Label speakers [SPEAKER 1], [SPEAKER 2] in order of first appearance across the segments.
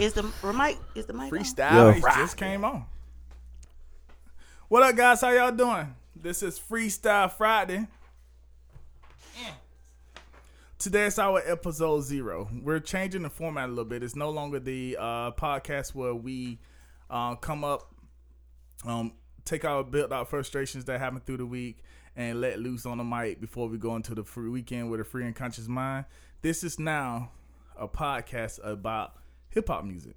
[SPEAKER 1] Is the or mic? Is the mic? on?
[SPEAKER 2] Freestyle.
[SPEAKER 3] It just came on. What up, guys? How y'all doing? This is Freestyle Friday. Today is our episode zero. We're changing the format a little bit. It's no longer the uh, podcast where we uh, come up, um, take our built out frustrations that happen through the week, and let loose on the mic before we go into the free weekend with a free and conscious mind. This is now a podcast about hip hop music.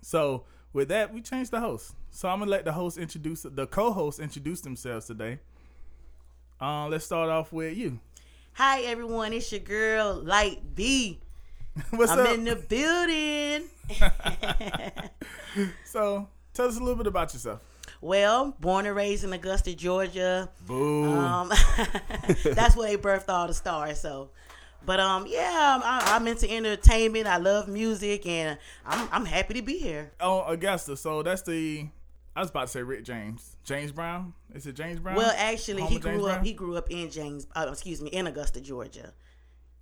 [SPEAKER 3] So with that, we changed the host. So I'm gonna let the host introduce the co-host introduce themselves today. Uh, let's start off with you.
[SPEAKER 1] Hi everyone, it's your girl Light B.
[SPEAKER 3] What's
[SPEAKER 1] I'm
[SPEAKER 3] up?
[SPEAKER 1] in the building.
[SPEAKER 3] so tell us a little bit about yourself.
[SPEAKER 1] Well, born and raised in Augusta, Georgia.
[SPEAKER 3] Boo.
[SPEAKER 1] Um, that's where they birthed all the stars. So, but um, yeah, I, I'm into entertainment. I love music, and I'm I'm happy to be here.
[SPEAKER 3] oh, Augusta. So that's the. I was about to say Rick James, James Brown. Is it James Brown?
[SPEAKER 1] Well, actually,
[SPEAKER 3] Home
[SPEAKER 1] he
[SPEAKER 3] of James
[SPEAKER 1] grew up.
[SPEAKER 3] Brown?
[SPEAKER 1] He grew up in James. Uh, excuse me, in Augusta, Georgia.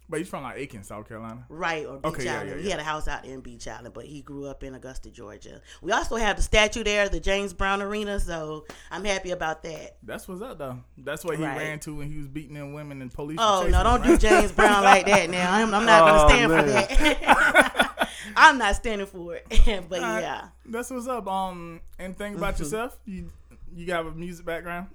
[SPEAKER 3] but he's from like Aiken, South Carolina.
[SPEAKER 1] Right or Beach
[SPEAKER 3] Okay, yeah,
[SPEAKER 1] Island.
[SPEAKER 3] yeah,
[SPEAKER 1] He had a house out in Beach Island, but he grew up in Augusta, Georgia. We also have the statue there, the James Brown Arena. So I'm happy about that.
[SPEAKER 3] That's what's up though. That's what he
[SPEAKER 1] Right.
[SPEAKER 3] ran to when he was beating in women and police.
[SPEAKER 1] Oh
[SPEAKER 3] were
[SPEAKER 1] no,
[SPEAKER 3] chasing
[SPEAKER 1] don't
[SPEAKER 3] him,
[SPEAKER 1] do
[SPEAKER 3] right?
[SPEAKER 1] James Brown like that now. I'm, I'm not
[SPEAKER 2] Oh,
[SPEAKER 1] gonna stand for
[SPEAKER 2] man.
[SPEAKER 1] that. I'm not standing for it. but
[SPEAKER 3] All right.
[SPEAKER 1] yeah.
[SPEAKER 3] That's what's up. Um, and think about yourself. You you got a music background.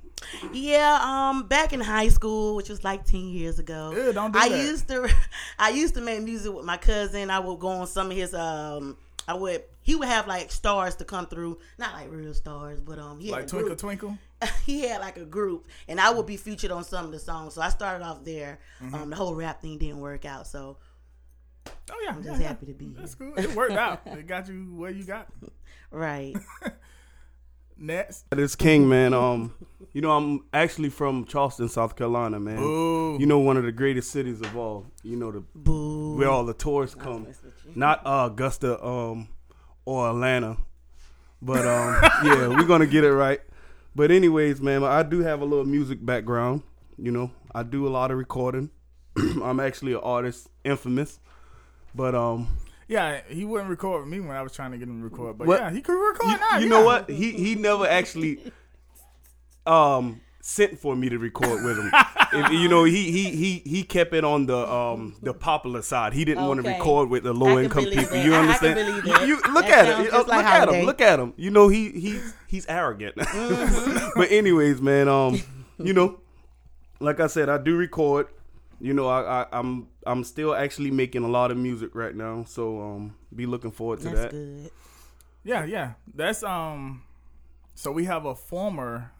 [SPEAKER 1] Yeah, um, back in high school, which was like ten years ago,
[SPEAKER 3] Ew, don't do
[SPEAKER 1] I
[SPEAKER 3] that.
[SPEAKER 1] used to, I used to make music with my cousin. I would go on some of his, um, I would, he would have like stars to come through, not like real stars, but um, he had
[SPEAKER 3] Like
[SPEAKER 1] a
[SPEAKER 3] Twinkle
[SPEAKER 1] group.
[SPEAKER 3] Twinkle.
[SPEAKER 1] he had like a group, and I would be featured on some of the songs. So I started off there.
[SPEAKER 3] Mm-hmm.
[SPEAKER 1] Um, the whole rap thing didn't work out, so
[SPEAKER 3] Oh yeah, I'm
[SPEAKER 1] just happy to be
[SPEAKER 3] That's cool. It worked out. It got you where you got. Mm-hmm.
[SPEAKER 1] right.
[SPEAKER 3] Next,
[SPEAKER 2] This King, man. Um, you know, I'm actually from Charleston, South Carolina, man.
[SPEAKER 3] Boo.
[SPEAKER 2] You know, one of the greatest cities of all. You know, the
[SPEAKER 1] Boo.
[SPEAKER 2] where all the tourists come,
[SPEAKER 1] messing with
[SPEAKER 2] not uh, Augusta, um, or Atlanta, but um, yeah, we're gonna get it right. But anyways, man, I do have a little music background. You know, I do a lot of recording. I'm actually an artist, infamous, but um,
[SPEAKER 3] yeah, he wouldn't record with me when I was trying to get him to record, but
[SPEAKER 2] What-
[SPEAKER 3] yeah, he could record
[SPEAKER 2] you,
[SPEAKER 3] now.
[SPEAKER 2] you
[SPEAKER 3] yeah.
[SPEAKER 2] know what? He he never actually um sent for me to record with him. If- you know, he he he he kept it on the um the popular side. He didn't want to
[SPEAKER 1] Okay.
[SPEAKER 2] record with the
[SPEAKER 1] I
[SPEAKER 2] low
[SPEAKER 1] can
[SPEAKER 2] income
[SPEAKER 1] believe
[SPEAKER 2] people.
[SPEAKER 1] that.
[SPEAKER 2] You
[SPEAKER 1] I- I can
[SPEAKER 2] understand?
[SPEAKER 1] believe
[SPEAKER 2] You-
[SPEAKER 1] that.
[SPEAKER 2] You, look
[SPEAKER 1] That
[SPEAKER 2] at
[SPEAKER 1] sounds
[SPEAKER 2] it. Uh,
[SPEAKER 1] just
[SPEAKER 2] Look
[SPEAKER 1] like
[SPEAKER 2] at him.
[SPEAKER 1] Holiday.
[SPEAKER 2] Look at him. You know, he he's he's arrogant.
[SPEAKER 1] Mm-hmm.
[SPEAKER 2] but anyways, man. Um, you know, like I said, I do record. You know, I, I I'm I'm still actually making a lot of music right now, so um, be looking forward to
[SPEAKER 1] That's
[SPEAKER 2] that.
[SPEAKER 1] good.
[SPEAKER 3] Yeah, yeah. That's um. So we have a former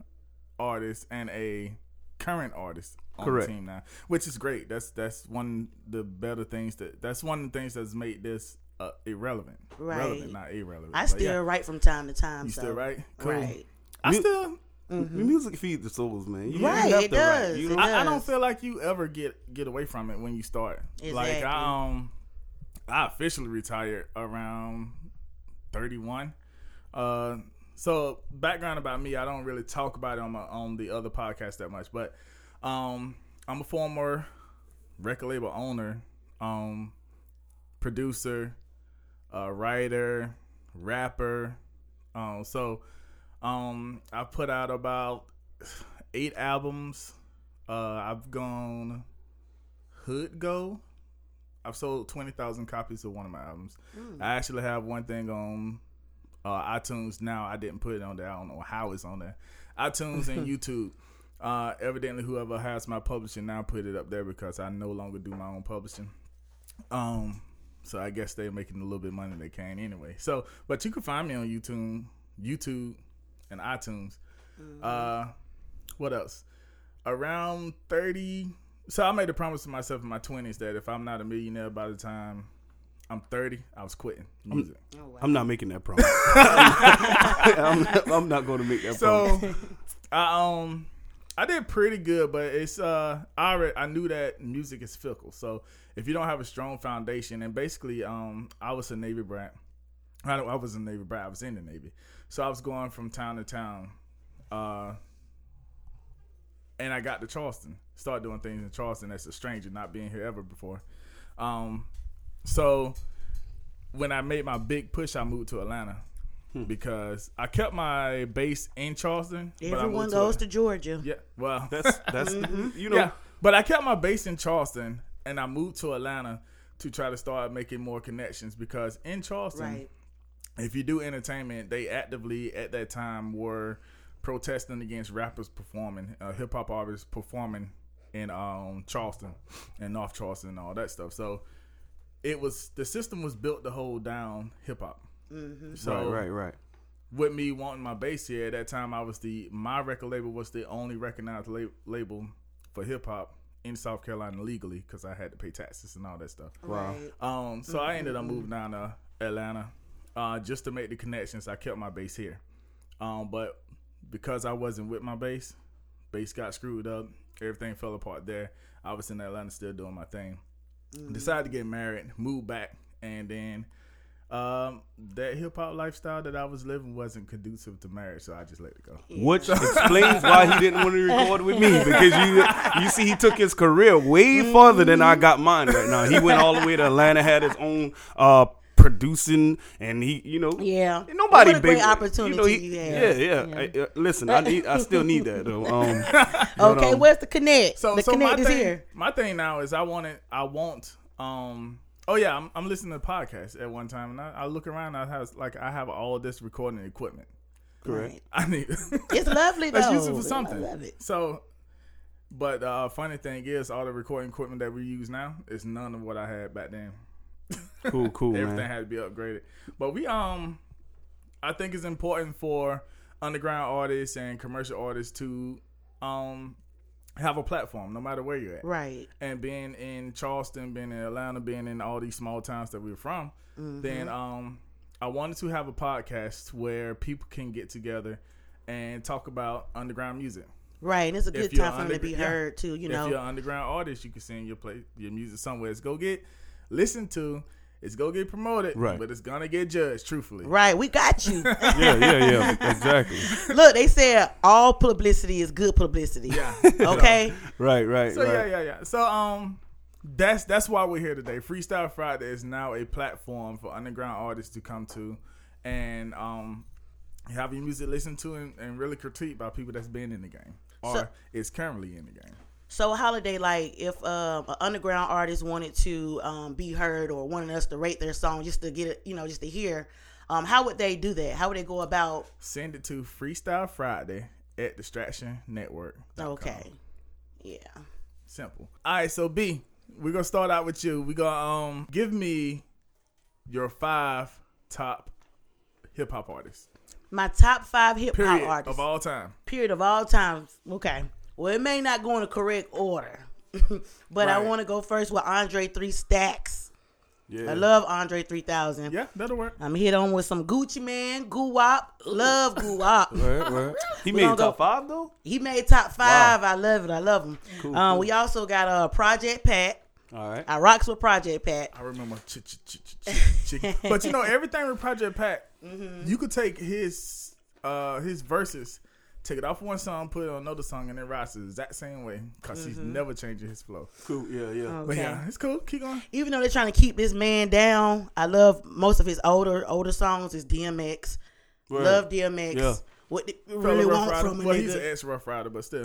[SPEAKER 3] artist and a current artist on
[SPEAKER 2] Correct.
[SPEAKER 3] the team now, which is great. That's that's one of the better things that that's one of the things that's made this uh, irrelevant.
[SPEAKER 1] Right.
[SPEAKER 3] Relevant, not irrelevant.
[SPEAKER 1] I
[SPEAKER 3] But
[SPEAKER 1] still
[SPEAKER 3] yeah,
[SPEAKER 1] write from time to time.
[SPEAKER 3] you
[SPEAKER 1] so.
[SPEAKER 3] still right.
[SPEAKER 1] Right.
[SPEAKER 3] I
[SPEAKER 2] You-
[SPEAKER 3] still.
[SPEAKER 2] The music feeds the souls, man. You,
[SPEAKER 1] Mm-hmm. Right,
[SPEAKER 2] you have
[SPEAKER 1] it
[SPEAKER 2] to write.
[SPEAKER 1] does.
[SPEAKER 2] You-
[SPEAKER 1] It
[SPEAKER 3] I, I don't
[SPEAKER 1] does.
[SPEAKER 3] feel like you ever get get away from it when you start. Like
[SPEAKER 1] Exactly.
[SPEAKER 3] I um, I officially retired around thirty one. Uh, so background about me, I don't really talk about it on my on the other podcast that much, but um, I'm a former record label owner, um, producer, uh, writer, rapper. Um, so um, I put out about eight albums. Uh, I've gone hood go. I've sold twenty thousand copies of one of my albums. I actually have one thing on uh, iTunes now. I didn't put it on there. I don't know how it's on there. iTunes and YouTube. Uh, evidently, whoever has my publishing now put it up there because I no longer do my own publishing. Um, so I guess they're making a little bit of money they can anyway. So, but you can find me on YouTube, YouTube, and iTunes. Uh, what else? Around thirty. So I made a promise to myself in my twenties that if I'm not a millionaire by the time I'm thirty, I was quitting music.
[SPEAKER 1] Oh, wow.
[SPEAKER 2] I'm not making that promise. I'm, not, I'm not going to make that
[SPEAKER 3] So
[SPEAKER 2] promise.
[SPEAKER 3] I um I did pretty good, but it's uh I already, I knew that music is fickle. So if you don't have a strong foundation, and basically um I was a Navy brat. I, don't- I was a Navy brat. I was in the Navy, so I was going from town to town, uh, and I got to Charleston. Started doing things in Charleston as a stranger, not being here ever before. Um, so when I made my big push, I moved to Atlanta. Because I kept my base in Charleston. but I
[SPEAKER 1] Everyone
[SPEAKER 3] moved to
[SPEAKER 1] goes to Georgia.
[SPEAKER 3] yeah. Well,
[SPEAKER 2] That's that's you know
[SPEAKER 3] yeah. But I kept my base in Charleston, and I moved to Atlanta to try to start making more connections because in Charleston,
[SPEAKER 1] Right.
[SPEAKER 3] if you do entertainment, they actively at that time were protesting against rappers performing, uh, hip hop artists performing in um, Charleston and North Charleston and all that stuff. So it was the system was built to hold down hip hop. So
[SPEAKER 2] right right right.
[SPEAKER 3] with me wanting my bass here at that time, I was the my record label was the only recognized la- label for hip hop in South Carolina legally because I had to pay taxes and all that stuff.
[SPEAKER 2] Wow.
[SPEAKER 1] Right.
[SPEAKER 3] Um, so I ended up moving down to Atlanta uh, just to make the connections. I kept my base here, um, but because I wasn't with my base, base got screwed up. Everything fell apart there. I was in Atlanta still doing my thing. Decided to get married, moved back, and then um, that hip hop lifestyle that I was living wasn't conducive to marriage, so I just let it go.
[SPEAKER 2] Which explains why he didn't want to record with me because you you see he took his career way
[SPEAKER 1] Mm-hmm.
[SPEAKER 2] farther than I got mine right now. He went all the way to Atlanta, had his own uh producing, and he you know
[SPEAKER 1] Yeah.
[SPEAKER 2] And nobody
[SPEAKER 1] What a great
[SPEAKER 2] big-
[SPEAKER 1] opportunity you had.
[SPEAKER 2] Yeah, yeah. I- uh, listen, I need I still need that though. Um, but,
[SPEAKER 1] Okay,
[SPEAKER 2] um,
[SPEAKER 1] where's the connect?
[SPEAKER 3] So,
[SPEAKER 1] the
[SPEAKER 3] so my
[SPEAKER 1] connect is
[SPEAKER 3] thing,
[SPEAKER 1] here.
[SPEAKER 3] my thing now is I want it. I want. Um. Oh yeah, I'm, I'm listening to podcasts at one time, and I, I look around. I have like I have all this recording equipment.
[SPEAKER 2] correct.
[SPEAKER 3] I need.
[SPEAKER 1] It's lovely though.
[SPEAKER 3] Let's use it for something.
[SPEAKER 1] I love it.
[SPEAKER 3] So, but uh, funny thing is, all the recording equipment that we use now is none of what I had back then.
[SPEAKER 2] Cool, cool,
[SPEAKER 3] Everything
[SPEAKER 2] man.
[SPEAKER 3] had to be upgraded. But we um, I think it's important for underground artists and commercial artists to um have a platform, no matter where you're at
[SPEAKER 1] Right.
[SPEAKER 3] and being in Charleston, being in Atlanta, being in all these small towns that we are from,
[SPEAKER 1] Mm-hmm.
[SPEAKER 3] then um, I wanted to have a podcast where people can get together and talk about underground music.
[SPEAKER 1] Right. And it's a
[SPEAKER 3] If
[SPEAKER 1] good
[SPEAKER 3] you're
[SPEAKER 1] time for them to
[SPEAKER 3] undergr-
[SPEAKER 1] be
[SPEAKER 3] yeah.
[SPEAKER 1] heard too, you
[SPEAKER 3] If you're
[SPEAKER 1] know.
[SPEAKER 3] an underground artist, you can sing your play your music somewhere. It's go get listened to. It's go get promoted,
[SPEAKER 2] Right.
[SPEAKER 3] But it's gonna get judged, truthfully.
[SPEAKER 1] Right. We got you.
[SPEAKER 2] Yeah, yeah, yeah. Exactly.
[SPEAKER 1] Look, they said all publicity is good publicity.
[SPEAKER 3] Yeah.
[SPEAKER 1] Okay.
[SPEAKER 2] Right, right,
[SPEAKER 3] So
[SPEAKER 2] right.
[SPEAKER 3] yeah, yeah, yeah. So um, that's that's why we're here today. Freestyle Friday is now a platform for underground artists to come to, and um, have your music listened to and, and really critiqued by people that's been in the game or
[SPEAKER 1] So-
[SPEAKER 3] is currently in the game.
[SPEAKER 1] So holiday, like if um, an underground artist wanted to um, be heard or wanted us to rate their song just to get it, you know, just to hear, um, how would they do that? How would they go about?
[SPEAKER 3] Send it to Freestyle Friday at Distraction Network.
[SPEAKER 1] Okay, yeah,
[SPEAKER 3] Simple. All right, so B, we're gonna start out with you. We're gonna um give me your five top hip hop artists.
[SPEAKER 1] my top five hip hop
[SPEAKER 3] Period
[SPEAKER 1] artists
[SPEAKER 3] of all time.
[SPEAKER 1] period of all time. Okay, well it may not go in the correct order, but I
[SPEAKER 3] Right.
[SPEAKER 1] want to go first with Andre Three Stacks.
[SPEAKER 2] Yeah.
[SPEAKER 1] I love Andre Three Thousand.
[SPEAKER 3] Yeah, that'll work.
[SPEAKER 1] I'm hit on with some Gucci Man, Goo Wop, love Goo Wop.
[SPEAKER 2] Right, right. He made
[SPEAKER 1] gonna
[SPEAKER 2] top
[SPEAKER 1] go-
[SPEAKER 2] five though.
[SPEAKER 1] He made top five. I love it. I love him. um, We also got uh, Project Pat.
[SPEAKER 2] All right.
[SPEAKER 1] I rocks with Project Pat.
[SPEAKER 3] I remember ch- ch- ch- ch- ch- chicken. but you know everything with Project Pat, you could take his uh his verses, take it off one song, put it on another song, and it rides the exact same way because he's never changing his flow.
[SPEAKER 2] Cool. Yeah, Oh, yeah.
[SPEAKER 1] Okay.
[SPEAKER 3] But yeah, it's cool. Keep going.
[SPEAKER 1] Even though they're trying to keep this man down, I love most of his older older songs. Is DMX.
[SPEAKER 2] Word.
[SPEAKER 1] Love DMX.
[SPEAKER 2] Yeah.
[SPEAKER 1] What they
[SPEAKER 3] Fellow
[SPEAKER 1] really
[SPEAKER 3] Rough
[SPEAKER 1] want
[SPEAKER 3] Rider.
[SPEAKER 1] from a
[SPEAKER 3] well, he's an
[SPEAKER 1] nigga.
[SPEAKER 3] ex Rough Rider, but still,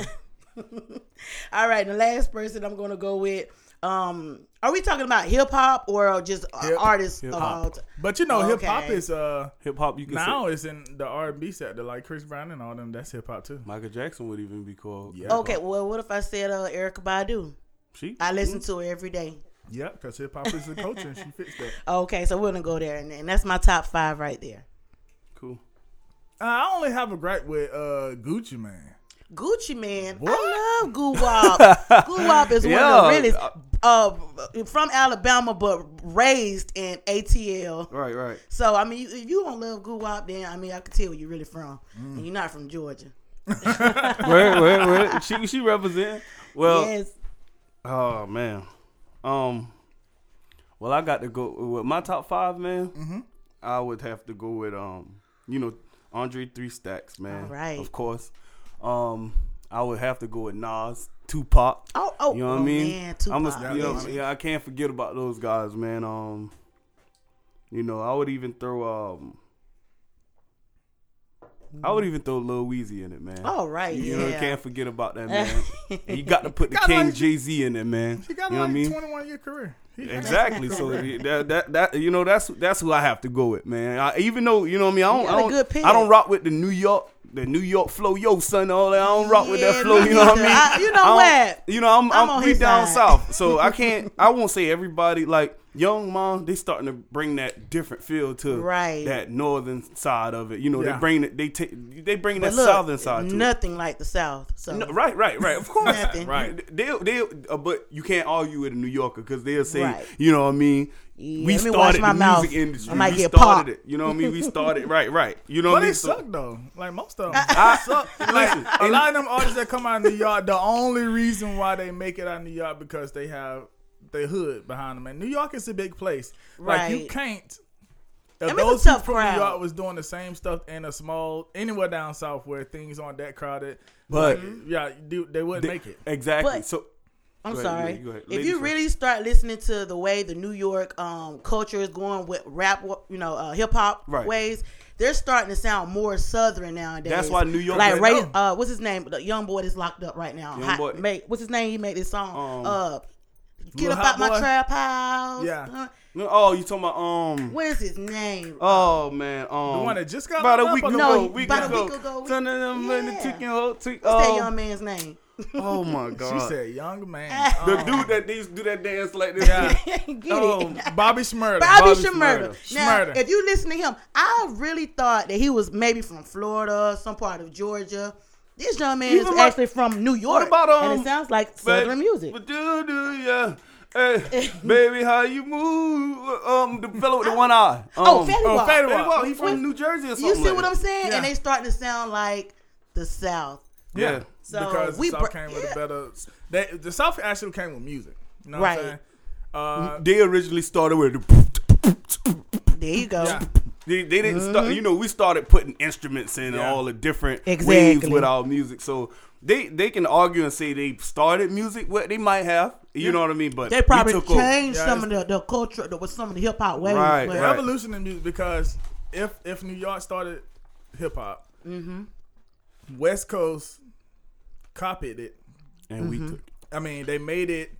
[SPEAKER 1] All right, and the last person I'm gonna go with. Um, are we talking about hip hop or just Oh, uh,
[SPEAKER 3] Hip-
[SPEAKER 1] artists of
[SPEAKER 2] hop.
[SPEAKER 1] all time?
[SPEAKER 3] but you know hip hop
[SPEAKER 1] Okay.
[SPEAKER 3] is uh
[SPEAKER 2] Hip hop. You can
[SPEAKER 3] now
[SPEAKER 2] say
[SPEAKER 3] it's in the R and B sector like Chris Brown and all them. That's hip hop too.
[SPEAKER 2] Michael Jackson would even be called.
[SPEAKER 3] Yeah.
[SPEAKER 1] Okay, well, what if I said uh, Erica Badu?
[SPEAKER 2] She.
[SPEAKER 1] Oh,
[SPEAKER 2] Mm,
[SPEAKER 1] I listen
[SPEAKER 3] Mm-hmm.
[SPEAKER 1] to her every day.
[SPEAKER 3] Yeah, because hip hop is the culture, and she fits that.
[SPEAKER 1] Okay, so we're gonna go there, and, and that's my top five right there.
[SPEAKER 2] Cool.
[SPEAKER 3] Uh, I only have a gripe with uh Gucci Man.
[SPEAKER 1] Gucci Man. I
[SPEAKER 3] What?
[SPEAKER 1] love Goo Wop. Goo Wop is
[SPEAKER 2] Yeah.
[SPEAKER 1] one of the realest. Uh, from Alabama, but raised in ATL.
[SPEAKER 2] Right, right.
[SPEAKER 1] So I mean, if you don't love Goo Wop, then I mean, I can tell where you're really from, and you're not from Georgia.
[SPEAKER 2] wait, wait, wait. She she represent. Well,
[SPEAKER 1] yes.
[SPEAKER 2] oh man. Um. Well, I got to go with my top five, man.
[SPEAKER 1] Mm-hmm.
[SPEAKER 2] I would have to go with um, you know, Andre Three Stacks, man.
[SPEAKER 1] All right.
[SPEAKER 2] Of course. Um, I would have to go with Nas, Tupac.
[SPEAKER 1] Oh, oh,
[SPEAKER 2] You know what
[SPEAKER 1] oh,
[SPEAKER 2] I mean?
[SPEAKER 1] Man,
[SPEAKER 2] I'm a,
[SPEAKER 1] Tupac,
[SPEAKER 2] you know,
[SPEAKER 1] yes.
[SPEAKER 2] yeah, I can't forget about those guys, man. Um, you know, I would even throw um, I would even throw Lil Weezy in it, man.
[SPEAKER 1] All right,
[SPEAKER 2] you know,
[SPEAKER 1] yeah.
[SPEAKER 2] can't forget about that, man. And you got to put the King Jay Z in there, man.
[SPEAKER 3] He got
[SPEAKER 2] you know
[SPEAKER 3] like
[SPEAKER 2] what I mean?
[SPEAKER 3] 21 year career. He got-
[SPEAKER 2] Exactly. So that, that that you know that's that's who I have to go with, man. I, even though you know what I mean, I don't,
[SPEAKER 1] got a
[SPEAKER 2] I don't,
[SPEAKER 1] good pick.
[SPEAKER 2] I don't rock with the New York the New York flow, yo son, all that. I don't rock with
[SPEAKER 1] Yeah,
[SPEAKER 2] that flow.
[SPEAKER 1] me
[SPEAKER 2] You know what I
[SPEAKER 1] neither.
[SPEAKER 2] mean?
[SPEAKER 1] I- you know
[SPEAKER 2] I don't-
[SPEAKER 1] what?
[SPEAKER 2] You know I'm
[SPEAKER 1] I'm
[SPEAKER 2] I'm,
[SPEAKER 1] on
[SPEAKER 2] we
[SPEAKER 1] his
[SPEAKER 2] down
[SPEAKER 1] side.
[SPEAKER 2] south, so I can't. I won't say everybody like young mom. They starting to bring that different feel to
[SPEAKER 1] Right.
[SPEAKER 2] that northern side of it. You know
[SPEAKER 3] Yeah.
[SPEAKER 2] they bring it. They take they bring
[SPEAKER 1] But
[SPEAKER 2] that
[SPEAKER 1] look,
[SPEAKER 2] southern side to it.
[SPEAKER 1] Nothing like the South. So
[SPEAKER 2] No, right, right, right. Of course,
[SPEAKER 1] Nothing.
[SPEAKER 2] right. They, they, uh, but you can't argue with a New Yorker because they'll say,
[SPEAKER 1] Right.
[SPEAKER 2] you know what I mean.
[SPEAKER 1] Yeah,
[SPEAKER 2] we
[SPEAKER 1] let me watch
[SPEAKER 2] started
[SPEAKER 1] my
[SPEAKER 2] the music
[SPEAKER 1] mouth.
[SPEAKER 2] industry.
[SPEAKER 1] I might
[SPEAKER 2] we
[SPEAKER 1] get
[SPEAKER 2] started
[SPEAKER 1] popped.
[SPEAKER 2] it. You know what I mean. We started. Right, right. You know
[SPEAKER 3] But
[SPEAKER 2] what I
[SPEAKER 3] they
[SPEAKER 2] mean. So-
[SPEAKER 3] suck though. Like most of them.
[SPEAKER 2] I suck.
[SPEAKER 3] Like
[SPEAKER 2] Listen,
[SPEAKER 3] a lot of them artists that come out of New York, the only reason why they make it out of New York because they have their hood behind them. And New York is a big place. Like you
[SPEAKER 1] Right.
[SPEAKER 3] can't. If
[SPEAKER 1] I mean, it's a
[SPEAKER 3] those who
[SPEAKER 1] tough
[SPEAKER 3] from
[SPEAKER 1] crowd.
[SPEAKER 3] New York was doing the same stuff in a small anywhere down south where things aren't that crowded,
[SPEAKER 2] But-
[SPEAKER 3] like, yeah, they, they wouldn't make it.
[SPEAKER 2] exactly.
[SPEAKER 1] But-
[SPEAKER 2] so
[SPEAKER 1] I'm
[SPEAKER 2] Go ahead,
[SPEAKER 1] sorry.
[SPEAKER 2] go ahead.
[SPEAKER 1] If
[SPEAKER 2] Ladies
[SPEAKER 1] you
[SPEAKER 2] first.
[SPEAKER 1] really start listening to the way the New York um, culture is going with rap, you know, uh, hip hop
[SPEAKER 2] Right.
[SPEAKER 1] ways, they're starting to sound more southern nowadays.
[SPEAKER 2] That's why New York-
[SPEAKER 1] like
[SPEAKER 2] They
[SPEAKER 1] Ray,
[SPEAKER 2] know.
[SPEAKER 1] uh, what's his name? The young boy that's locked up right now.
[SPEAKER 2] Young
[SPEAKER 1] Hot-
[SPEAKER 2] boy.
[SPEAKER 1] made- what's his name? He made this song.
[SPEAKER 2] Um,
[SPEAKER 1] uh, Get
[SPEAKER 3] Lil
[SPEAKER 1] up
[SPEAKER 3] Hot
[SPEAKER 1] out my
[SPEAKER 3] Boy?
[SPEAKER 1] trap house.
[SPEAKER 3] Yeah.
[SPEAKER 1] Uh,
[SPEAKER 2] no, oh, you talking about um?
[SPEAKER 1] what is his name?
[SPEAKER 2] Oh man, um,
[SPEAKER 3] The one that just got
[SPEAKER 2] about
[SPEAKER 3] locked
[SPEAKER 2] a
[SPEAKER 3] up
[SPEAKER 2] week
[SPEAKER 3] or
[SPEAKER 2] ago.
[SPEAKER 1] No, he-
[SPEAKER 2] week
[SPEAKER 1] about a
[SPEAKER 2] ago.
[SPEAKER 1] week ago, we-
[SPEAKER 2] Turn it up, man,
[SPEAKER 1] Yeah.
[SPEAKER 2] took your whole- took-
[SPEAKER 1] What's that
[SPEAKER 2] oh,
[SPEAKER 1] young man's name?
[SPEAKER 2] oh my god.
[SPEAKER 3] She said, "Young man,
[SPEAKER 2] the
[SPEAKER 3] Um,
[SPEAKER 2] dude that these do that dance like this.
[SPEAKER 3] Yeah.
[SPEAKER 1] Get
[SPEAKER 2] Oh,
[SPEAKER 1] it.
[SPEAKER 3] Bobby Smurda."
[SPEAKER 1] Bobby
[SPEAKER 2] Bobby
[SPEAKER 1] Shmurda.
[SPEAKER 2] Shmurda.
[SPEAKER 1] Now,
[SPEAKER 3] Shmurda.
[SPEAKER 1] if you listen to him, I really thought that he was maybe from Florida, some part of Georgia. This young man
[SPEAKER 2] Even
[SPEAKER 1] is
[SPEAKER 2] my-
[SPEAKER 1] actually from New York,
[SPEAKER 2] about,
[SPEAKER 1] and
[SPEAKER 2] um,
[SPEAKER 1] it sounds like
[SPEAKER 2] But-
[SPEAKER 1] Southern music.
[SPEAKER 2] But do do yeah. Hey, baby, how you move? Um, the fellow with the one eye. Um,
[SPEAKER 1] oh, Fetty
[SPEAKER 3] oh,
[SPEAKER 1] Wap.
[SPEAKER 3] Fetty
[SPEAKER 2] Fetty Wap, He
[SPEAKER 1] Wait,
[SPEAKER 2] from New Jersey or something.
[SPEAKER 1] You see
[SPEAKER 2] like
[SPEAKER 1] what
[SPEAKER 2] that.
[SPEAKER 1] I'm saying?
[SPEAKER 3] Yeah.
[SPEAKER 1] And they starting to sound like the South.
[SPEAKER 2] Yeah.
[SPEAKER 1] So
[SPEAKER 3] because
[SPEAKER 1] we
[SPEAKER 3] the South
[SPEAKER 1] br-
[SPEAKER 3] came with
[SPEAKER 1] yeah.
[SPEAKER 3] a better. They, the South actually came with music. You know
[SPEAKER 1] Right.
[SPEAKER 3] What I'm saying? Uh,
[SPEAKER 2] They originally started with. The
[SPEAKER 1] There you go.
[SPEAKER 3] yeah.
[SPEAKER 2] they, they didn't
[SPEAKER 1] Mm-hmm.
[SPEAKER 2] start. You know, we started putting instruments in and
[SPEAKER 3] Yeah.
[SPEAKER 2] all the different waves
[SPEAKER 1] Exactly.
[SPEAKER 2] with our music. So they they can argue and say they started music. What they might have, you know what I mean? But
[SPEAKER 1] They probably
[SPEAKER 2] we took over.
[SPEAKER 1] changed
[SPEAKER 3] Yeah,
[SPEAKER 1] some of the, the culture, the, with some of the hip hop ways.
[SPEAKER 2] Right,
[SPEAKER 1] but-
[SPEAKER 3] The
[SPEAKER 2] right.
[SPEAKER 3] evolution in music because if if New York started hip hop,
[SPEAKER 1] Mm-hmm.
[SPEAKER 3] West Coast copied it.
[SPEAKER 2] and we
[SPEAKER 1] Mm-hmm.
[SPEAKER 2] took.
[SPEAKER 3] I mean, they made it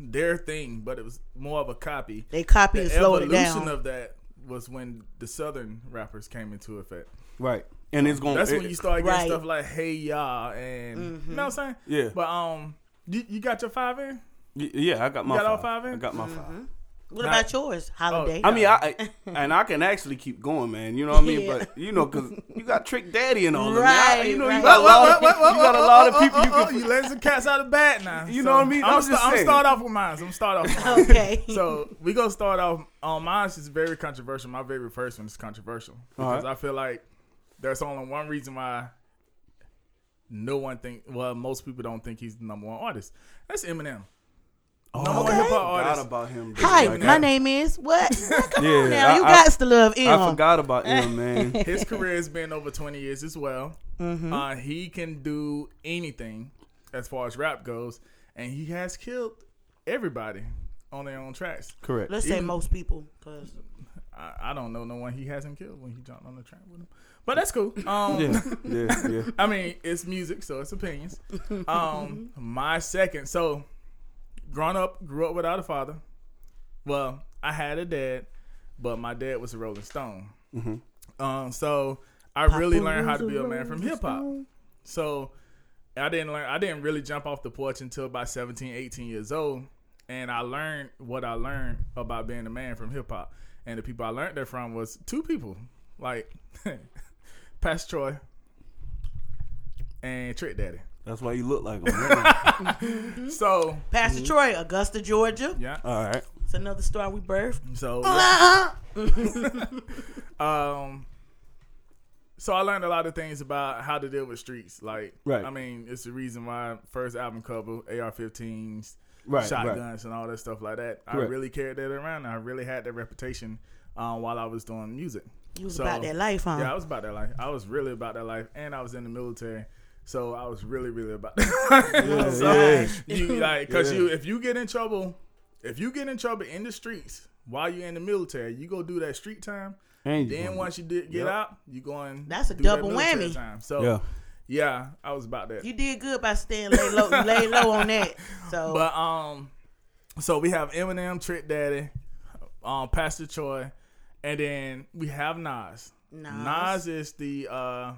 [SPEAKER 3] their thing, but it was more of a copy.
[SPEAKER 1] They copied and
[SPEAKER 3] the
[SPEAKER 1] slowed it
[SPEAKER 3] evolution
[SPEAKER 1] down.
[SPEAKER 3] of that was when the Southern rappers came into effect.
[SPEAKER 2] Right, and it's going.
[SPEAKER 3] That's
[SPEAKER 2] it,
[SPEAKER 3] when you start getting
[SPEAKER 1] Right. Mm-hmm.
[SPEAKER 3] stuff like "Hey Ya" and you know what I'm saying.
[SPEAKER 2] Yeah.
[SPEAKER 3] But um, you, you got your five in.
[SPEAKER 2] y- Yeah, I got my
[SPEAKER 3] got all
[SPEAKER 2] five. Mm-hmm.
[SPEAKER 3] five in?
[SPEAKER 2] I got my five.
[SPEAKER 1] what about yours, Holiday?
[SPEAKER 2] Oh, I mean, I, I and I can actually keep going, man. You know what I mean?
[SPEAKER 1] Yeah.
[SPEAKER 2] But you know, because you got Trick Daddy and all that.
[SPEAKER 1] Right,
[SPEAKER 2] You know, you
[SPEAKER 1] right.
[SPEAKER 2] got a lot of
[SPEAKER 3] Whoa, whoa, whoa,
[SPEAKER 2] you got a
[SPEAKER 3] whoa,
[SPEAKER 2] lot of
[SPEAKER 3] whoa,
[SPEAKER 2] people
[SPEAKER 3] whoa,
[SPEAKER 2] you
[SPEAKER 3] whoa,
[SPEAKER 2] can.
[SPEAKER 3] oh, You let the cats out of the bag now.
[SPEAKER 2] You
[SPEAKER 3] So,
[SPEAKER 2] know what I mean?
[SPEAKER 3] I'm,
[SPEAKER 2] I'm
[SPEAKER 3] sta-
[SPEAKER 2] just
[SPEAKER 3] I'm
[SPEAKER 2] saying.
[SPEAKER 3] start off with mine. I'm gonna start off. With mine.
[SPEAKER 1] Oh, okay.
[SPEAKER 3] so we gonna start off on mine. is very controversial. My very first one is controversial because
[SPEAKER 2] right.
[SPEAKER 3] I feel like there's only one reason why no one think. Well, most people don't think he's the number one artist. That's Eminem. Number one
[SPEAKER 2] I
[SPEAKER 3] hip hop
[SPEAKER 2] forgot
[SPEAKER 3] artist.
[SPEAKER 2] about him. dude.
[SPEAKER 1] Hi,
[SPEAKER 2] Like,
[SPEAKER 1] my
[SPEAKER 2] I-
[SPEAKER 1] name is what? Come
[SPEAKER 2] Yeah,
[SPEAKER 1] on now,
[SPEAKER 2] I-
[SPEAKER 1] you
[SPEAKER 2] I-
[SPEAKER 1] got to love him.
[SPEAKER 2] I forgot about him, man.
[SPEAKER 3] His career has been over 20 years as well. Uh, he can do anything as far as rap goes, and he has killed everybody on their own tracks.
[SPEAKER 2] Correct.
[SPEAKER 1] Let's say most people, 'cause-
[SPEAKER 3] I, I don't know no one he hasn't killed when he jumped on the track with him, but that's cool. Um,
[SPEAKER 2] Yeah, yeah, yeah.
[SPEAKER 3] I mean, it's music, so it's opinions. Um, my second, so growing up, grew up without a father. Well, I had a dad, but my dad was a Rolling Stone. Um, so I really learned how to be a man from hip hop. So I didn't learn. I didn't really jump off the porch until about 17, 18 years old, and I learned what I learned about being a man from hip hop. And the people I learned that from was two people, like Pastor Troy and Trick Daddy.
[SPEAKER 2] That's why you look like him.
[SPEAKER 3] So
[SPEAKER 2] Mm-hmm.
[SPEAKER 1] Pastor Troy, Augusta, Georgia.
[SPEAKER 3] yeah,
[SPEAKER 2] all right.
[SPEAKER 1] It's another star
[SPEAKER 2] Uh-huh.
[SPEAKER 1] we birthed.
[SPEAKER 3] so
[SPEAKER 1] Uh-uh.
[SPEAKER 3] um, so I learned a lot of things about how to deal with streets. Like,
[SPEAKER 2] Right.
[SPEAKER 3] I mean, it's the reason why first album cover, AR-15s,
[SPEAKER 2] Right, right.
[SPEAKER 3] shotguns, and all that stuff like that. I
[SPEAKER 2] Correct.
[SPEAKER 3] really carried that around. I really had that reputation um, while I was doing music.
[SPEAKER 1] You was about that life, huh?
[SPEAKER 3] Yeah, I was about that life. I was really about that life, and I was in the military. So I was really, really about that.
[SPEAKER 2] Yeah,
[SPEAKER 3] so
[SPEAKER 2] yeah.
[SPEAKER 3] you like, cause
[SPEAKER 2] Yeah.
[SPEAKER 3] you, if you get in trouble, if you get in trouble in the streets while you're in the military, you go do that street time.
[SPEAKER 2] And you
[SPEAKER 3] then
[SPEAKER 2] gonna-
[SPEAKER 3] once you did get
[SPEAKER 2] Yep.
[SPEAKER 3] out, you going.
[SPEAKER 1] That's a
[SPEAKER 3] do that
[SPEAKER 1] double
[SPEAKER 3] military
[SPEAKER 1] whammy.
[SPEAKER 3] Time. So
[SPEAKER 2] Yeah.
[SPEAKER 3] yeah. I was about that.
[SPEAKER 1] You did good by staying lay low, you lay low on that. So
[SPEAKER 3] But um, so we have Eminem, Trick Daddy, um, Pastor Troy, and then we have Nas.
[SPEAKER 1] Nas.
[SPEAKER 3] is the uh,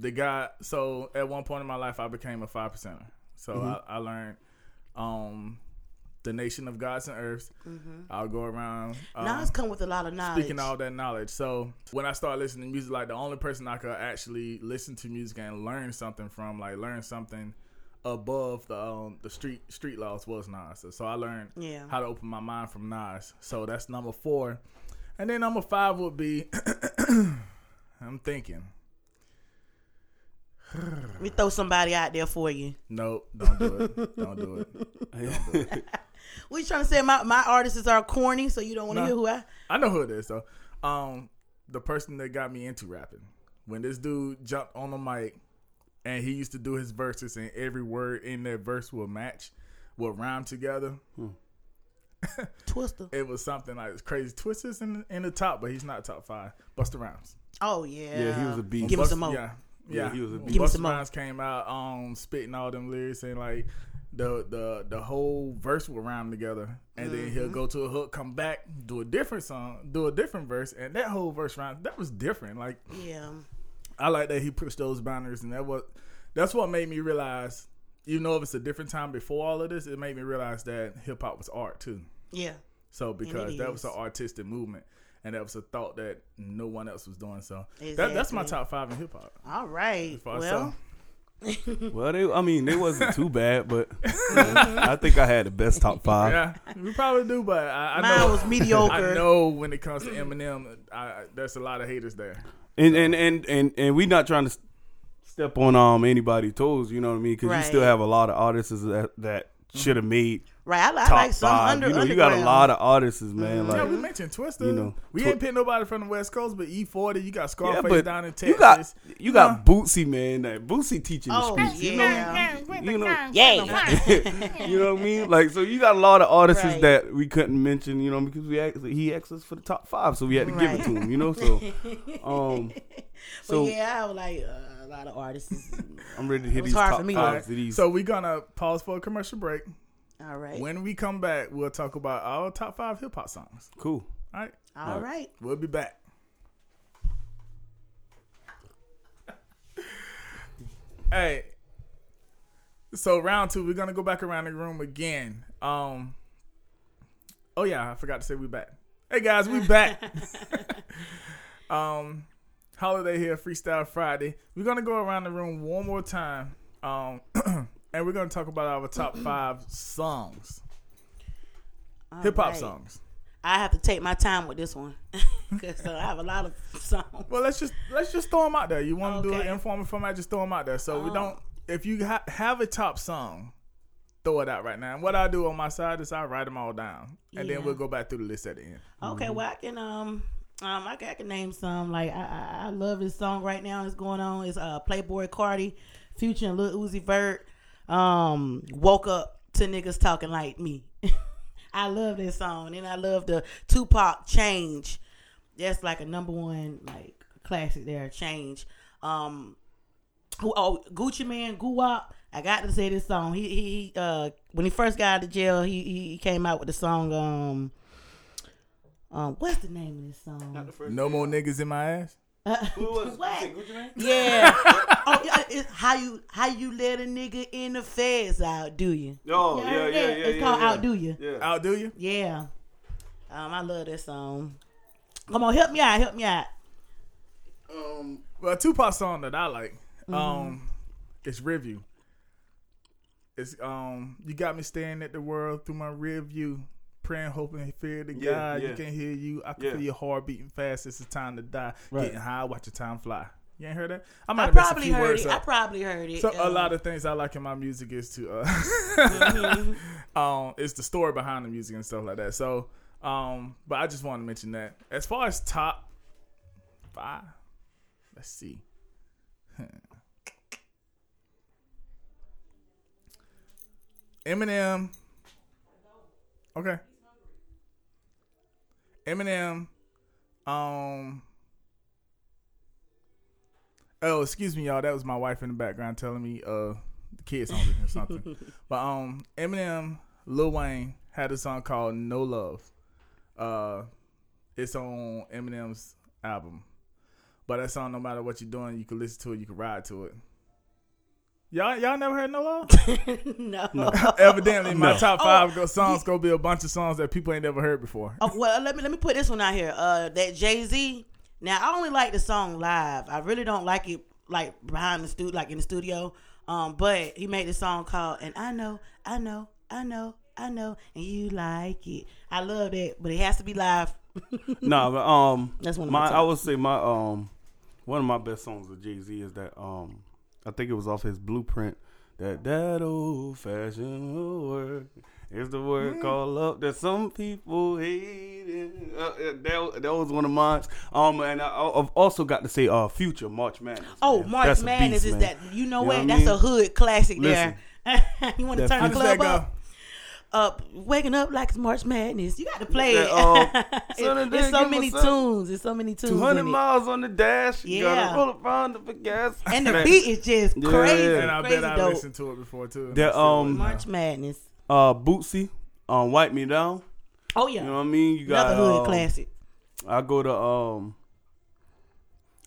[SPEAKER 3] the guy. So at one point in my life, I became a five percenter. So
[SPEAKER 1] Mm-hmm.
[SPEAKER 3] I, I learned um, the nation of gods and earths. I'll go around. Um,
[SPEAKER 1] Mm-hmm. Nas come with a lot of knowledge.
[SPEAKER 3] speaking all that knowledge. So when I started listening to music, like the only person I could actually listen to music and learn something from, like learn something above the um, the street street laws was Nas. So, so I learned
[SPEAKER 1] Yeah.
[SPEAKER 3] how to open my mind from Nas. So that's number four, and then number five would be I'm thinking.
[SPEAKER 1] we throw somebody out there for you.
[SPEAKER 3] Nope, don't do it. Don't do it.
[SPEAKER 1] What you trying to say? My my artists are corny, so you don't want to
[SPEAKER 3] Nah.
[SPEAKER 1] hear who I.
[SPEAKER 3] I know who it is though. Um, the person that got me into rapping. When this dude jumped on the mic and he used to do his verses and every word in that verse would match, would rhyme together.
[SPEAKER 1] Twister.
[SPEAKER 3] It was something like it's crazy. Twisters in in the top, but he's not top five. Buster Rhymes.
[SPEAKER 1] Oh yeah.
[SPEAKER 2] Yeah, he was a beast.
[SPEAKER 1] Give me
[SPEAKER 3] Bust-
[SPEAKER 1] some more.
[SPEAKER 3] Yeah,
[SPEAKER 2] Yeah,
[SPEAKER 3] yeah.
[SPEAKER 2] he was a beast.
[SPEAKER 1] Give me
[SPEAKER 3] Busta
[SPEAKER 1] some more.
[SPEAKER 3] Rhymes came out um spitting all them lyrics and like the the the whole verse will rhyme together, and then
[SPEAKER 1] Mm-hmm.
[SPEAKER 3] he'll go to a hook, come back, do a different song, do a different verse, and that whole verse rhyme that was different. Like
[SPEAKER 1] Yeah.
[SPEAKER 3] I like that he pushed those boundaries, and that was that's what made me realize. You know, if it's a different time before all of this, it made me realize that hip hop was art too.
[SPEAKER 1] Yeah.
[SPEAKER 3] So because that was
[SPEAKER 1] is.
[SPEAKER 3] an artistic movement, and that was a thought that no one else was doing. So that, that's my
[SPEAKER 1] Exactly.
[SPEAKER 3] top five in hip hop.
[SPEAKER 1] All right.
[SPEAKER 3] Far
[SPEAKER 1] Well,
[SPEAKER 3] so.
[SPEAKER 2] Well, they, I mean, they wasn't too bad, but I think I had the best top five.
[SPEAKER 3] Yeah, we probably do, but I, I
[SPEAKER 1] mine
[SPEAKER 3] know.
[SPEAKER 1] was mediocre.
[SPEAKER 3] I know when it comes to Eminem, I, I, there's a lot of haters there.
[SPEAKER 2] And and and and and we not trying to s- step on um anybody's toes. You know what I mean? Because you still
[SPEAKER 1] Right.
[SPEAKER 2] have a lot of artists that that should have made
[SPEAKER 1] Right. I, li- I
[SPEAKER 2] top
[SPEAKER 1] like some
[SPEAKER 2] five.
[SPEAKER 1] under
[SPEAKER 2] you know, you got a
[SPEAKER 1] underground.
[SPEAKER 2] lot of artists, man.
[SPEAKER 3] Yeah,
[SPEAKER 2] Like,
[SPEAKER 3] we mentioned Twister.
[SPEAKER 2] You know,
[SPEAKER 3] we
[SPEAKER 2] Twi-
[SPEAKER 3] ain't picking nobody from the West Coast, but E40, you got
[SPEAKER 2] yeah,
[SPEAKER 3] Scarface
[SPEAKER 2] but
[SPEAKER 3] down in Texas.
[SPEAKER 2] you got you got Bootsy, man. That Bootsy teaching
[SPEAKER 1] Oh
[SPEAKER 2] the streets.
[SPEAKER 1] yeah.
[SPEAKER 2] You know,
[SPEAKER 1] Yeah.
[SPEAKER 2] you know what I mean? Like, so you got a lot of artists
[SPEAKER 1] Right.
[SPEAKER 2] that we couldn't mention, you know, because we asked, he asked us for the top five, so we had to give it to him, you know. So, um, so
[SPEAKER 1] but yeah, I was like uh, a lot of artists.
[SPEAKER 2] I'm ready to hit
[SPEAKER 1] was
[SPEAKER 2] these
[SPEAKER 1] hard
[SPEAKER 2] top
[SPEAKER 1] for me,
[SPEAKER 2] fives.
[SPEAKER 1] though.
[SPEAKER 2] of These.
[SPEAKER 3] So we're gonna pause for a commercial break.
[SPEAKER 1] All right.
[SPEAKER 3] When we come back, we'll talk about our top five hip hop songs.
[SPEAKER 2] cool.
[SPEAKER 3] All right,
[SPEAKER 1] All right.
[SPEAKER 3] we'll be back. hey, so round two, we're gonna go back around the room again. Um, oh yeah, I forgot to say we back. Hey guys, we back. um, holiday here, Freestyle Friday. We're gonna go around the room one more time. Um, and we're gonna talk about our top five songs,
[SPEAKER 1] All
[SPEAKER 3] hip hop
[SPEAKER 1] right.
[SPEAKER 3] songs.
[SPEAKER 1] I have to take my time with this one because I have a lot of songs.
[SPEAKER 3] Well, let's just let's just throw them out there. You want to do
[SPEAKER 1] Okay.
[SPEAKER 3] an informal format? Just throw them out there. So we
[SPEAKER 1] Oh.
[SPEAKER 3] don't. If you ha- have a top song, throw it out right now. And what I do on my side is I write them all down, and
[SPEAKER 1] Yeah.
[SPEAKER 3] then we'll go back through the list at the end.
[SPEAKER 1] Okay, well I can um um I can, I can name some like I, I I love this song right now. It's going on. It's uh Playboy Cardi, Future and Lil Uzi Vert. Um, woke up to niggas talking like me. I love this song, and I love the Tupac Change. That's like a number one like classic there. Change. Um, who oh Gucci Man Guwap. I got to say this song. He he he, uh when he first got out of jail, he he came out with the song um um what's the name of this song?
[SPEAKER 3] No more niggas in my ass.
[SPEAKER 1] What? Yeah. oh, yeah, it's how you how you let a nigga in the feds out, do you?
[SPEAKER 2] Oh,
[SPEAKER 1] You heard that? It's called Outdo You.
[SPEAKER 2] Yeah.
[SPEAKER 3] I'll do you.
[SPEAKER 1] Yeah. Um, I love that song. Come on, help me out, help me out.
[SPEAKER 2] Um,
[SPEAKER 3] Well, a Tupac song that I like.
[SPEAKER 1] Mm-hmm.
[SPEAKER 3] Um, it's review. It's um, you got me staring at the world through my rear view, praying, hoping, and fear to
[SPEAKER 2] Yeah,
[SPEAKER 3] God.
[SPEAKER 2] yeah.
[SPEAKER 3] You can hear you. I can
[SPEAKER 2] Yeah.
[SPEAKER 3] feel your heart beating fast. It's the time to die.
[SPEAKER 2] Right.
[SPEAKER 3] Getting high, watch your time fly. You ain't heard that? I might
[SPEAKER 1] I
[SPEAKER 3] have messed a
[SPEAKER 1] probably
[SPEAKER 3] few
[SPEAKER 1] heard
[SPEAKER 3] words
[SPEAKER 1] it. I
[SPEAKER 3] up.
[SPEAKER 1] probably heard it.
[SPEAKER 3] So a
[SPEAKER 1] um,
[SPEAKER 3] lot of things I like in my music is to uh, um, it's the story behind the music and stuff like that. So, um, but I just wanted to mention that. As far as top five, let's see. Eminem. Okay. Eminem. Um. Oh, excuse me, y'all. That was my wife in the background telling me uh the kids hungry or something. but um, Eminem, Lil Wayne had a song called No Love. Uh, it's on Eminem's album. But that song, no matter what you're doing, you can listen to it, you can ride to it. Y'all, y'all never heard No Love?
[SPEAKER 1] no.
[SPEAKER 3] Evidently, my
[SPEAKER 2] No.
[SPEAKER 3] top five go- songs gonna be a bunch of songs that people ain't never heard before.
[SPEAKER 1] Oh, well, let me let me put this one out here. Uh, that Jay Z. Now I only like the song live. I really don't like it like behind the studio, like in the studio. Um, but he made this song called "And I Know, I Know, I Know, I Know, and You Like It." I love that, but it has to be live.
[SPEAKER 2] nah, but um,
[SPEAKER 1] That's one of my
[SPEAKER 2] my. I
[SPEAKER 1] top.
[SPEAKER 2] would say my um, one of my best songs of Jay Z is that um, I think it was off his Blueprint. That that old fashioned work is the
[SPEAKER 1] Mm.
[SPEAKER 2] work all up that some people hate. Uh, uh, that that was one of mine. Um, and I, I've also got to say, uh, Future March Madness.
[SPEAKER 1] Oh,
[SPEAKER 2] man.
[SPEAKER 1] March
[SPEAKER 2] That's a
[SPEAKER 1] Madness
[SPEAKER 2] beast,
[SPEAKER 1] is
[SPEAKER 2] man.
[SPEAKER 1] that you know
[SPEAKER 2] You
[SPEAKER 1] what?
[SPEAKER 2] know what I
[SPEAKER 1] That's
[SPEAKER 2] mean?
[SPEAKER 1] a hood classic
[SPEAKER 2] Listen.
[SPEAKER 1] there. you want to
[SPEAKER 2] That
[SPEAKER 1] turn the
[SPEAKER 2] Future-
[SPEAKER 1] club
[SPEAKER 3] Let's
[SPEAKER 1] up? Up, waking up like it's March Madness. You got to play
[SPEAKER 2] That,
[SPEAKER 1] it.
[SPEAKER 2] uh,
[SPEAKER 1] It's-
[SPEAKER 2] son of a
[SPEAKER 1] it's
[SPEAKER 2] bitch,
[SPEAKER 1] so
[SPEAKER 2] give me
[SPEAKER 1] many
[SPEAKER 2] something.
[SPEAKER 1] tunes. It's so many tunes.
[SPEAKER 2] Two hundred
[SPEAKER 1] in it.
[SPEAKER 2] miles on the dash.
[SPEAKER 1] Yeah.
[SPEAKER 2] Gotta roll around the gas.
[SPEAKER 1] And the
[SPEAKER 2] Man.
[SPEAKER 1] beat is just
[SPEAKER 2] Yeah.
[SPEAKER 1] crazy.
[SPEAKER 2] And
[SPEAKER 3] And I
[SPEAKER 1] crazy
[SPEAKER 3] bet I
[SPEAKER 1] dope.
[SPEAKER 3] listened to it before too.
[SPEAKER 2] That,
[SPEAKER 3] I still wouldn't
[SPEAKER 2] um,
[SPEAKER 3] know.
[SPEAKER 1] March Madness.
[SPEAKER 2] Uh, Bootsy, um, wipe me down.
[SPEAKER 1] Oh yeah.
[SPEAKER 2] You know what I mean? You got
[SPEAKER 1] Another hood
[SPEAKER 2] um,
[SPEAKER 1] classic.
[SPEAKER 2] I go to um,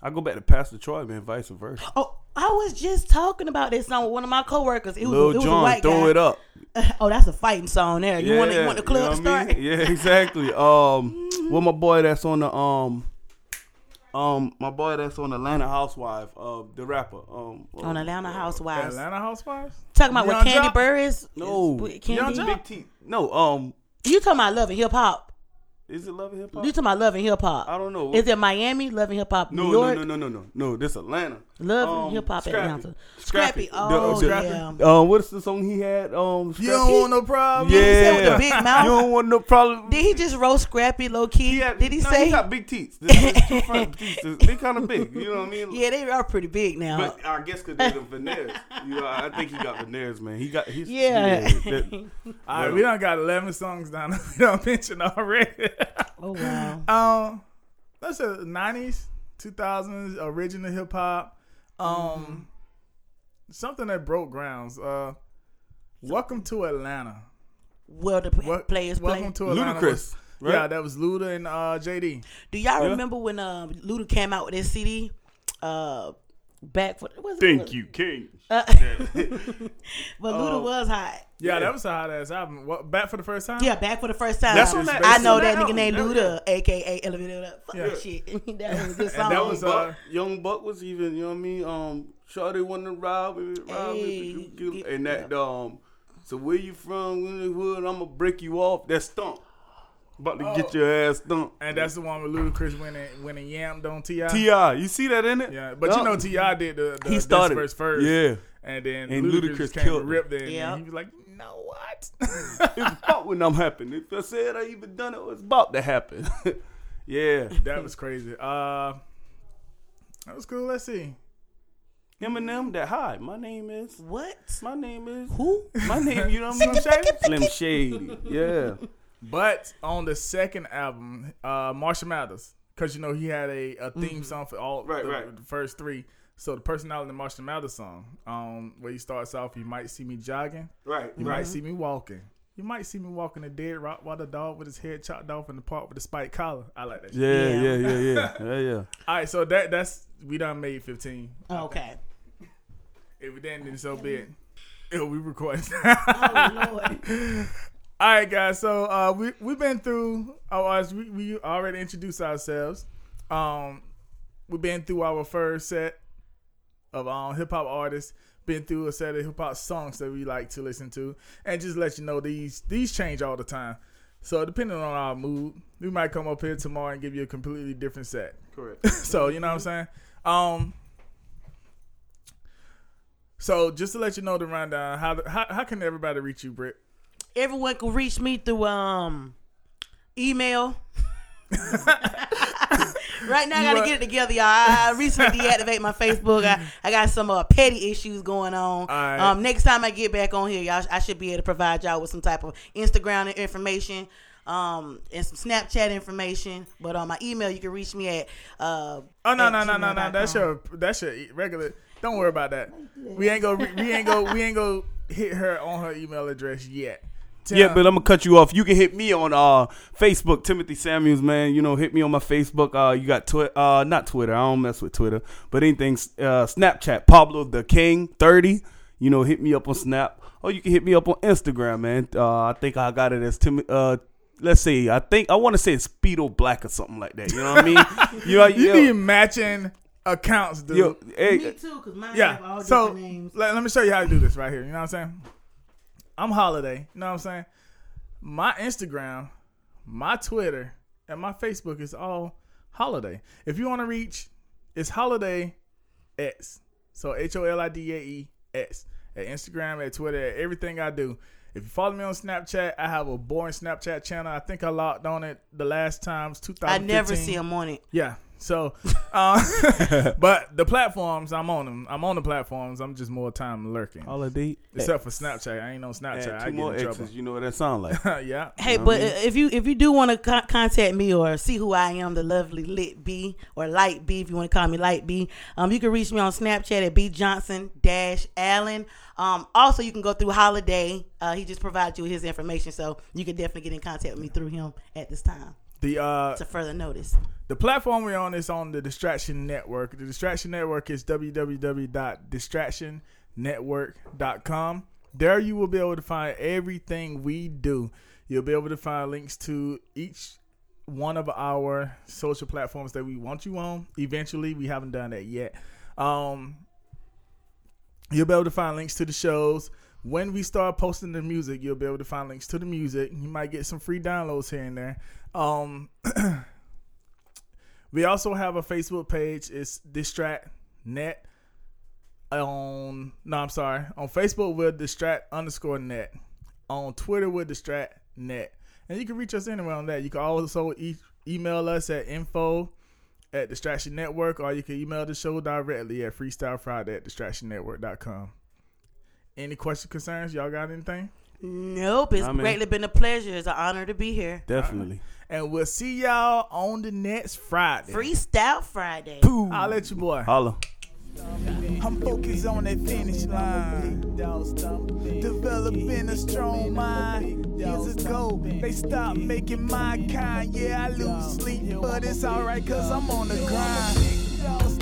[SPEAKER 2] I go back to Pastor Troy, man. Vice versa.
[SPEAKER 1] Oh, I was just talking about this song with one of my coworkers. It was, it
[SPEAKER 2] Lil
[SPEAKER 1] was a
[SPEAKER 2] John,
[SPEAKER 1] white
[SPEAKER 2] throw
[SPEAKER 1] guy.
[SPEAKER 2] it up.
[SPEAKER 1] Oh, that's a fighting song there. You want
[SPEAKER 2] Yeah,
[SPEAKER 1] you want the club
[SPEAKER 2] you
[SPEAKER 1] to
[SPEAKER 2] know what I
[SPEAKER 1] start?
[SPEAKER 2] mean? Yeah, exactly. Um, with my boy that's on the um, um, my boy that's on Atlanta Housewife, uh, the rapper. Um,
[SPEAKER 1] On
[SPEAKER 2] uh,
[SPEAKER 1] Atlanta Housewives.
[SPEAKER 3] Atlanta Housewives.
[SPEAKER 1] Talking about what
[SPEAKER 3] Young
[SPEAKER 1] Candy
[SPEAKER 3] Jock?
[SPEAKER 1] Burris?
[SPEAKER 2] No,
[SPEAKER 1] With
[SPEAKER 2] Young
[SPEAKER 1] Candy?
[SPEAKER 2] Jock. Big T. No, um,
[SPEAKER 1] You talking about loving hip hop?
[SPEAKER 2] is it Love and Hip
[SPEAKER 1] You
[SPEAKER 2] Hop?
[SPEAKER 1] talking about loving hip hop?
[SPEAKER 2] I don't know.
[SPEAKER 1] Is it Miami? Loving hhip hop?
[SPEAKER 2] No,
[SPEAKER 1] New
[SPEAKER 2] no,
[SPEAKER 1] York?
[SPEAKER 2] no, no, no, no, no. This Atlanta.
[SPEAKER 1] Love and
[SPEAKER 2] Um,
[SPEAKER 1] hip hop
[SPEAKER 2] Scrappy.
[SPEAKER 1] Atlanta. Scrappy.
[SPEAKER 2] The-
[SPEAKER 1] Oh
[SPEAKER 2] the-
[SPEAKER 1] yeah.
[SPEAKER 2] Uh, what's the song he had? Um,
[SPEAKER 3] You don't
[SPEAKER 2] Scrappy?
[SPEAKER 3] want no problem.
[SPEAKER 1] he said with the big mouth?
[SPEAKER 2] You don't want no problem.
[SPEAKER 1] Did he just roll Scrappy low key?
[SPEAKER 2] He had-
[SPEAKER 1] Did he
[SPEAKER 2] no,
[SPEAKER 1] say?
[SPEAKER 2] he got big teeth? This- this two front teeth. This- They kind of big. You know what I mean?
[SPEAKER 1] yeah, they are pretty big now.
[SPEAKER 2] But I guess because they're the veneers. You know, I think he got veneers, man. He got. He's,
[SPEAKER 1] Yeah.
[SPEAKER 2] that-
[SPEAKER 3] All right, we done got eleven songs down. we don't mention already.
[SPEAKER 1] oh wow.
[SPEAKER 3] um, that's the nineties, two thousands, original hip hop.
[SPEAKER 2] Mm-hmm.
[SPEAKER 3] Um, something that broke grounds. Uh, welcome to Atlanta.
[SPEAKER 1] Well, the p-
[SPEAKER 3] What
[SPEAKER 1] players
[SPEAKER 3] Welcome
[SPEAKER 1] play.
[SPEAKER 3] to Atlanta.
[SPEAKER 2] Ludacris.
[SPEAKER 3] was-
[SPEAKER 2] Right?
[SPEAKER 3] Yeah, that was Luda and uh, JD.
[SPEAKER 1] Do y'all remember when uh, Luda came out with his CD? Uh, back for was
[SPEAKER 2] Thank you, King.
[SPEAKER 1] Uh, But Luda was hot.
[SPEAKER 3] Yeah, that was a hot ass album. What, back for the first time.
[SPEAKER 1] Yeah, back for the first time.
[SPEAKER 2] That's on that-
[SPEAKER 1] I know that
[SPEAKER 2] that's on
[SPEAKER 1] nigga
[SPEAKER 2] that
[SPEAKER 1] named
[SPEAKER 2] album.
[SPEAKER 1] Luda, aka Elevated Up. Fuck
[SPEAKER 3] Yeah.
[SPEAKER 1] that shit. that was a good song.
[SPEAKER 3] that was,
[SPEAKER 2] Buck,
[SPEAKER 3] uh,
[SPEAKER 2] young Buck was even. You know what I mean? Um, Shawty want to rob me, rob me, but you
[SPEAKER 1] Hey,
[SPEAKER 2] get- and that um. So where you from? In the hood, I'ma break you off. That stomp. About to get your ass stumped.
[SPEAKER 3] And that's the one with Ludacris winning winning yammed on Ti.
[SPEAKER 2] Ti, you see that in it?
[SPEAKER 3] Yeah, but you know Ti did the, the
[SPEAKER 2] He started.
[SPEAKER 3] this verse first.
[SPEAKER 2] Yeah.
[SPEAKER 3] and then
[SPEAKER 2] And
[SPEAKER 3] Ludacris,
[SPEAKER 2] Ludacris
[SPEAKER 3] came
[SPEAKER 2] killed
[SPEAKER 3] and
[SPEAKER 2] him.
[SPEAKER 3] ripped it.
[SPEAKER 1] Yeah.
[SPEAKER 3] and he was like, "No, what?"
[SPEAKER 2] it's about when I'm happening. If I said I even done it, it's about to happen. yeah,
[SPEAKER 3] that was crazy. Uh, that was cool. Let's see.
[SPEAKER 2] Eminem. That hi, my name is.
[SPEAKER 1] what?
[SPEAKER 2] My name is.
[SPEAKER 1] Who?
[SPEAKER 2] My name. You know what I'm saying? Slim Shady. Yeah.
[SPEAKER 3] But on the second album, uh, Marshall Mathers, because you know he had a, a theme song for all
[SPEAKER 2] Mm-hmm. Right,
[SPEAKER 3] the,
[SPEAKER 2] right.
[SPEAKER 3] the first three. So the personality in the Marshall Mathers song, um, where he starts off, you might see me jogging,
[SPEAKER 2] Right.
[SPEAKER 3] You might see me walking. You might see me walking a dead rock while the dog with his head chopped off in the park with a spiked collar. I like that. shit.
[SPEAKER 2] Yeah,
[SPEAKER 1] Yeah.
[SPEAKER 2] yeah, yeah, yeah, yeah, yeah.
[SPEAKER 3] All right, so that that's we done made fifteen.
[SPEAKER 1] Okay.
[SPEAKER 3] If we didn't, then so be it. Ew, we recording.
[SPEAKER 1] Oh Lord.
[SPEAKER 3] All right, guys. So uh, we we've been through. Our, we we already introduced ourselves. Um, we've been through our first set of um, hip hop artists. Been through a set of hip hop songs that we like to listen to, and just let you know these these change all the time. So depending on our mood, we might come up here tomorrow and give you a completely different set.
[SPEAKER 2] Correct.
[SPEAKER 3] so you know what I'm saying. Um, So just to let you know the rundown, how the, how, how can everybody reach you, Britt?
[SPEAKER 1] Everyone can reach me through um email. right now, I gotta
[SPEAKER 3] are-
[SPEAKER 1] get it together, y'all. I I recently deactivate my Facebook. I, I got some uh, petty issues going on.
[SPEAKER 3] right.
[SPEAKER 1] Um, next time I get back on here, y'all, I should be able to provide y'all with some type of Instagram information, um, and some Snapchat information. But on my email, you can reach me at. Uh,
[SPEAKER 3] Oh no
[SPEAKER 1] at
[SPEAKER 3] no no no no. That's
[SPEAKER 1] gmail.com.
[SPEAKER 3] your that's your e- regular. Don't worry about that. We ain't go we ain't go we ain't go hit her on her email address yet. Tell-
[SPEAKER 2] Yeah, but uh, I'm gonna cut you off. You can hit me on uh Facebook, Timothy Samuels, man. You know, hit me on my Facebook. Uh, you got Twitter, uh, not Twitter. I don't mess with Twitter, but anything, uh, Snapchat, Pablo the King thirty. You know, hit me up on Snap, or you can hit me up on Instagram, man. Uh, I think I got it as Tim. Uh, let's see. I think I want to say it's Speedo Black or something like that. You know what I mean? you know,
[SPEAKER 3] you
[SPEAKER 2] yo,
[SPEAKER 3] need matching accounts, dude.
[SPEAKER 2] yo, hey,
[SPEAKER 1] Me too, because mine have all
[SPEAKER 3] yeah. So
[SPEAKER 1] different names.
[SPEAKER 3] let, let me show you how to do this right here. You know what I'm saying? I'm holiday. You know what I'm saying? My Instagram, my Twitter, and my Facebook is all holiday. If you want to reach, it's holiday X. So H O L I D A E X. At Instagram, at Twitter, at everything I do. If you follow me on Snapchat, I have a boring Snapchat channel. I think I logged on it the last times
[SPEAKER 1] I
[SPEAKER 3] 2015.
[SPEAKER 1] never see them on it.
[SPEAKER 3] Yeah. So, uh, but the platforms, I'm on them. I'm on the platforms. I'm just more time lurking.
[SPEAKER 2] holiday.
[SPEAKER 3] Except for Snapchat. I ain't on Snapchat.
[SPEAKER 2] Add
[SPEAKER 3] I
[SPEAKER 2] two
[SPEAKER 3] get
[SPEAKER 2] more
[SPEAKER 3] in trouble.
[SPEAKER 2] X's. You know what that sound like?
[SPEAKER 3] yeah.
[SPEAKER 1] Hey, but uh, if you if you do want to con- contact me or see who I am, the lovely Lit B or Light B, if you want to call me Light B, um, you can reach me on Snapchat at B Johnson Dash Allen. Um, also you can go through Holiday. Uh, he just provides you with his information, so you can definitely get in contact with me through him at this time
[SPEAKER 3] The uh,
[SPEAKER 1] to further notice.
[SPEAKER 3] the platform we're on is on the Distraction Network. The Distraction Network is www.distractionnetwork.com. There you will be able to find everything we do. You'll be able to find links to each one of our social platforms that we want you on. Eventually, we haven't done that yet. Um, You'll be able to find links to the shows. When we start posting the music, you'll be able to find links to the music. You might get some free downloads here and there. Um, we also have a Facebook page. It's Distract Net. On no, I'm sorry. On Facebook, we're Distract underscore Net. On Twitter, we're Distract Net, and you can reach us anywhere on that. You can also e- email us at info at Distraction Network, or you can email the show directly at Freestyle Friday at DistractionNetwork.com. Any questions, concerns? Y'all got anything?
[SPEAKER 1] Nope, it's
[SPEAKER 2] I mean-
[SPEAKER 1] greatly been a pleasure. It's an honor to be here.
[SPEAKER 2] Definitely.
[SPEAKER 3] And we'll see y'all on the next Friday.
[SPEAKER 1] Freestyle Friday.
[SPEAKER 3] I'll let you boy.
[SPEAKER 2] Holla.
[SPEAKER 4] I'm focused on that finish line. Developing a strong mind. Years ago, they stopped making my kind. Yeah, I lose sleep, but it's alright cause I'm on the grind.